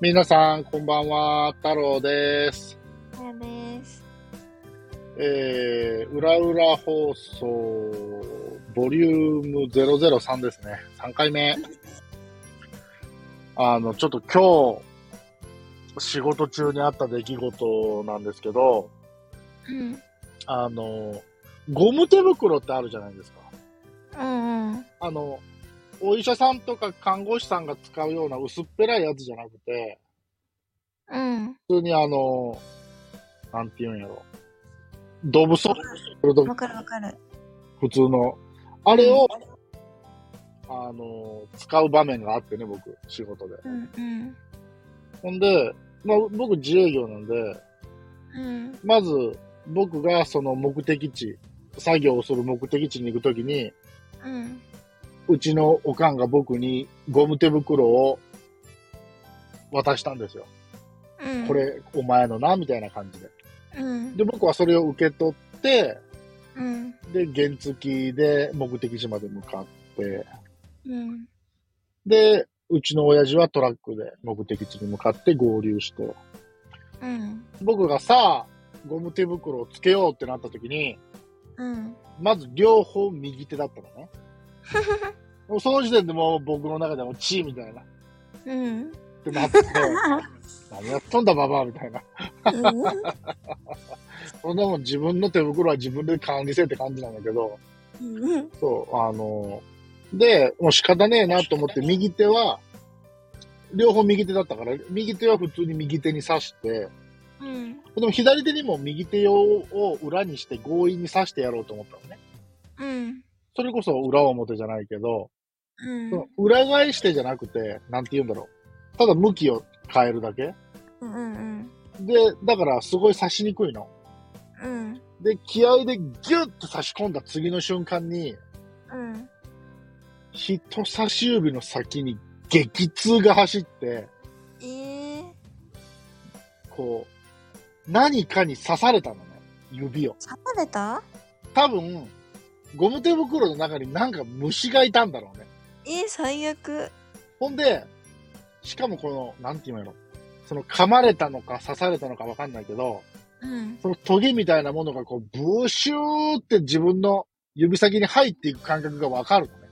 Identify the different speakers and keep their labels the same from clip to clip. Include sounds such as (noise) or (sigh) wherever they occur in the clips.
Speaker 1: 皆さん、こんばんは、太郎です。
Speaker 2: あやです。
Speaker 1: えー、裏裏放送、ボリューム003ですね。3回目。あの、ちょっと今日、仕事中にあった出来事なんですけど、
Speaker 2: うん。
Speaker 1: あの、ゴム手袋ってあるじゃないですか。
Speaker 2: うんうん。
Speaker 1: あの、お医者さんとか看護師さんが使うような薄っぺらいやつじゃなくて、
Speaker 2: うん。
Speaker 1: 普通にあの、なんて言うんやろ。ドブソルそれと
Speaker 2: わかるわかる。
Speaker 1: 普通の。あれを、あの、使う場面があってね、僕、仕事で。
Speaker 2: うんうん。
Speaker 1: ほんで、まあ、僕自営業なんで、
Speaker 2: うん。
Speaker 1: まず、僕がその目的地、作業をする目的地に行くときに、
Speaker 2: うん。
Speaker 1: うちのおかんが僕にゴム手袋を渡したんですよ。
Speaker 2: うん。
Speaker 1: こ。れ、お前のな、みたいな感じで。
Speaker 2: うん。
Speaker 1: で、僕はそれを受け取って、
Speaker 2: うん。
Speaker 1: で、原付で目的地まで向かって、
Speaker 2: うん。
Speaker 1: で、うちの親父はトラックで目的地に向かって合流して、
Speaker 2: うん。
Speaker 1: 僕がさあ、ゴム手袋をつけようってなった時に、
Speaker 2: うん。
Speaker 1: まず両方右手だったのね。もうその時点でもう僕の中でもチーみたいな。っ
Speaker 2: うん。
Speaker 1: てなって、何やっとんだババアみたいな。そんなもん自分の手袋は自分で管理せえって感じなんだけど、
Speaker 2: うん。
Speaker 1: そう、あの、で、もう仕方ねえなと思って右手は、両方右手だったから、右手は普通に右手に刺して、
Speaker 2: うん。
Speaker 1: でも左手にも右手用を裏にして強引に刺してやろうと思ったのね。
Speaker 2: うん。
Speaker 1: それこそ裏表じゃないけど、
Speaker 2: うん
Speaker 1: その裏返してじゃなくて、なんて言うんだろう。ただ向きを変えるだけ。
Speaker 2: うん。
Speaker 1: で、だからすごい刺しにくいの。
Speaker 2: うん。
Speaker 1: で、気合でギュッと差し込んだ次の瞬間に、
Speaker 2: うん。
Speaker 1: 人差し指の先に激痛が走って、
Speaker 2: ええ。
Speaker 1: こう、何かに刺されたのね。指を。
Speaker 2: 刺された
Speaker 1: 多分、ゴム手袋の中になんか虫がいたんだろうね。
Speaker 2: ええ、最悪。
Speaker 1: ほんで、しかもこの、なんて言うんやろ。その噛まれたのか刺されたのかわかんないけど、
Speaker 2: うん。
Speaker 1: そのトゲみたいなものがこう、ブーシューって自分の指先に入っていく感覚がわかるのね。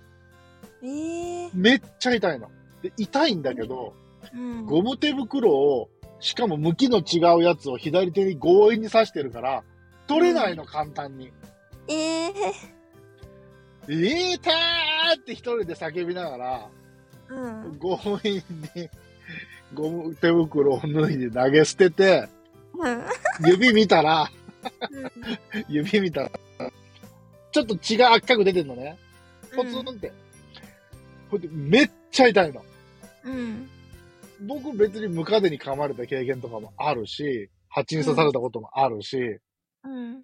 Speaker 2: ええ。
Speaker 1: めっちゃ痛いの。で、痛いんだけど、
Speaker 2: うん。
Speaker 1: ゴム手袋を、しかも向きの違うやつを左手に強引に刺してるから、取れないの、簡単に。
Speaker 2: ええ。
Speaker 1: えーたーって一人で叫びながら、
Speaker 2: うん。
Speaker 1: 強引にゴム手袋を脱いで投げ捨てて、
Speaker 2: うん。
Speaker 1: 指見たら、 (laughs) 指見たら、ちょっと血が赤く出てんのね。ポツンって。ほんで、めっちゃ痛いの。
Speaker 2: うん。
Speaker 1: 僕別にムカデに噛まれた経験とかもあるし、蜂に刺されたこともあるし、
Speaker 2: うん。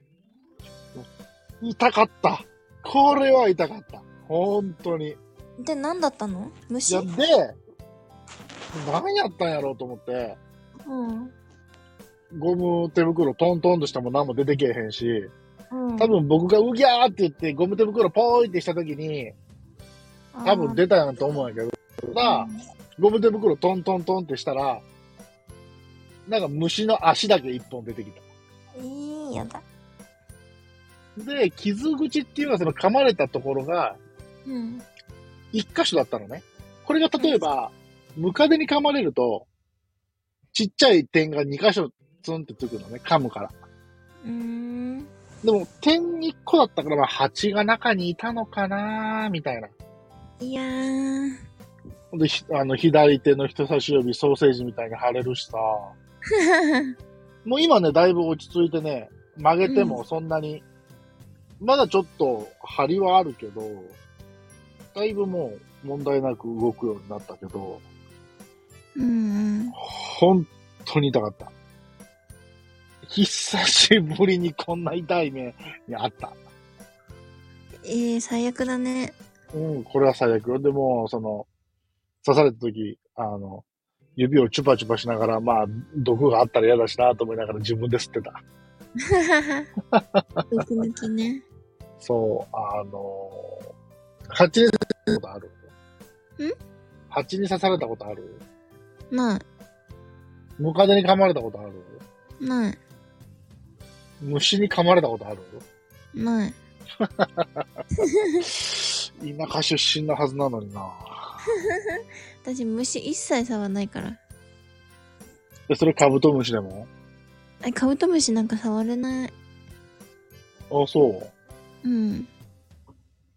Speaker 1: 痛かった。これは痛かった。本当に。
Speaker 2: で、何だったの
Speaker 1: い
Speaker 2: 虫
Speaker 1: や、で、何やったんやろうと思って、
Speaker 2: うん。
Speaker 1: ゴム手袋トントンとしても何も出てけえへんし、
Speaker 2: うん
Speaker 1: 多分僕がうぎゃーって言ってゴム手袋ポーイってした時に、多分出たやんと思うんやけど、が、
Speaker 2: あ
Speaker 1: ゴム手袋トントントンってしたら、なんか虫の足だけ一本出てきた。
Speaker 2: ーいいやだ。
Speaker 1: で、傷口っていうのはその噛まれたところが
Speaker 2: うん。
Speaker 1: 一箇所だったのね。これが例えば、ムカデに噛まれると、ちっちゃい点が2箇所ツンってつくのね、噛むから。
Speaker 2: うん。
Speaker 1: でも、点1個だったから、まあ、蜂が中にいたのかなーみたいな。
Speaker 2: いやー。 (laughs)
Speaker 1: ほんで、ひあの、左手の人差し指ソーセージみたいに腫れるしさ。もう今ね、だいぶ落ち着いてね、曲げてもそんなに、まだちょっと張りはあるけど、だいぶもう問題なく動くようになったけど、
Speaker 2: うん。
Speaker 1: 本当に痛かった。久しぶりにこんな痛い目にあった。
Speaker 2: えー、最悪
Speaker 1: (laughs)
Speaker 2: だね。
Speaker 1: うん、これは最悪よ。でも、その、刺された時、あの、指をチュパチュパしながら、まあ、毒があったら嫌だしなと思いながら自分で吸ってた。
Speaker 2: ドキドキね。
Speaker 1: そう、あのー、蜂に刺されたことある
Speaker 2: ん
Speaker 1: 蜂に刺されたことある
Speaker 2: まあ、
Speaker 1: ムカデに噛まれたことある
Speaker 2: ない、
Speaker 1: 虫に噛まれたことある
Speaker 2: ない。
Speaker 1: 田舎出身のはずなのにな。
Speaker 2: 私、虫一切触んないから。
Speaker 1: で、それカブトムシでも
Speaker 2: え、カブトムシなんか触れない。
Speaker 1: あ、そう。
Speaker 2: うん。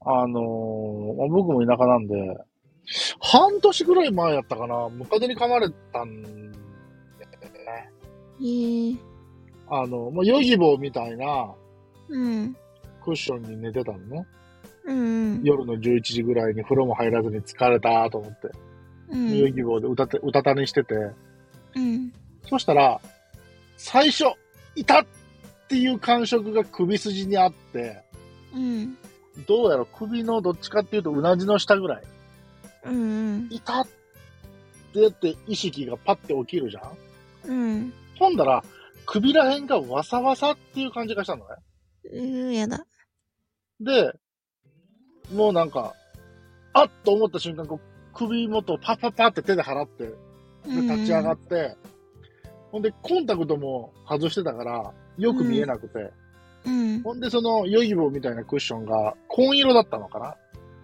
Speaker 1: あのーまあ僕も田舎なんで、半年ぐらい前やったかな、ムカデに噛まれたんで、
Speaker 2: えー、
Speaker 1: あの、まあ、ヨギボーみたいな
Speaker 2: うん。
Speaker 1: クッションに寝てたのね。
Speaker 2: うんうん。
Speaker 1: 夜の11時ぐらいに風呂も入らずに疲れたと思って、
Speaker 2: う
Speaker 1: ヨ
Speaker 2: ん。
Speaker 1: ギボーでうたてうたた寝してて、
Speaker 2: うん。
Speaker 1: そしたら、最初、いたっていう感触が首筋にあって、
Speaker 2: うん。
Speaker 1: どうやら首のどっちかっていうとうなじの下ぐらい。
Speaker 2: うん。
Speaker 1: いたってって意識がパッて起きるじゃん
Speaker 2: うん。
Speaker 1: ほんだら、首らへんがわさわさっていう感じがしたのね。
Speaker 2: うー、やだ。
Speaker 1: で、もうなんか、あっと思った瞬間、こう首元をパッパッパって手で払って、で
Speaker 2: うん
Speaker 1: 立ち上がって、ほんで、コンタクトも外してたから、よく見えなくて、
Speaker 2: うん。
Speaker 1: ほんで、その、ヨギボーみたいなクッションが、紺色だったのかな、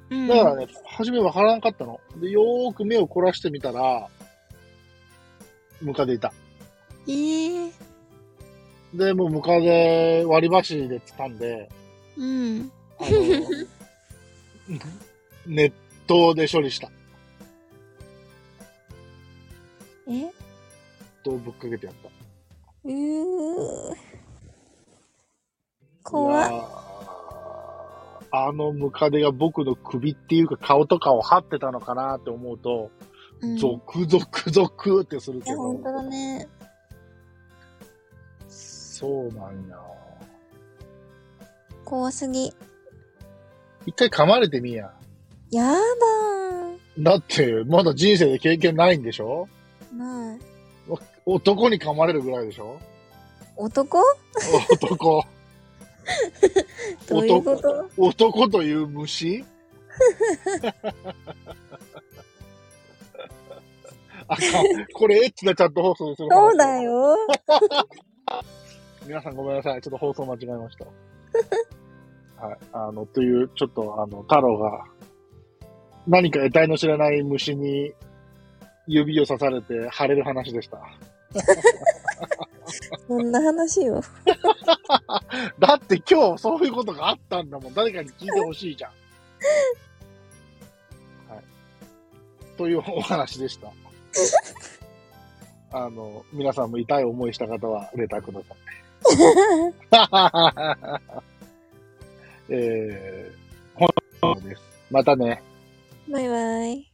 Speaker 2: うん。
Speaker 1: だからね、初めわからなかったの。で、よーく目を凝らしてみたら、ムカデいた。
Speaker 2: えー、
Speaker 1: で、もうムカデ割り箸で掴んで、
Speaker 2: うん。
Speaker 1: あの、熱湯で処理した。
Speaker 2: え
Speaker 1: 熱湯ぶっかけてやった。
Speaker 2: うー。怖
Speaker 1: い
Speaker 2: っ。
Speaker 1: やーあのムカデが僕の首っていうか顔とかを張ってたのかなって思うと、
Speaker 2: うん
Speaker 1: ゾクゾクゾクってする
Speaker 2: い
Speaker 1: け
Speaker 2: や、
Speaker 1: ど
Speaker 2: 本当。だね。
Speaker 1: そうなんや。
Speaker 2: 怖すぎ。
Speaker 1: 一回噛まれてみや。
Speaker 2: やだー。
Speaker 1: だって、まだ人生で経験ないんでしょ
Speaker 2: ない。
Speaker 1: 男に噛まれるぐらいでしょ
Speaker 2: 男
Speaker 1: 男。
Speaker 2: (laughs) どういうこと
Speaker 1: 男という
Speaker 2: (laughs)
Speaker 1: 虫あかん。これエッチなチャット放送でする話
Speaker 2: そうだよ。
Speaker 1: 皆さんごめんなさい。ちょっと放送間違えました。はい。あの、という、ちょっと、あの、太郎が、何か得体の知らない虫に指を刺されて腫れる話でした。
Speaker 2: そんな話よ。 (laughs)
Speaker 1: だって今日そういうことがあったんだもん。誰かに聞いてほしいじゃん。はい。というお話でした。あの、皆さんも痛い思いした方はレターください。 (laughs) えー、本当です。またね。
Speaker 2: バイバイ。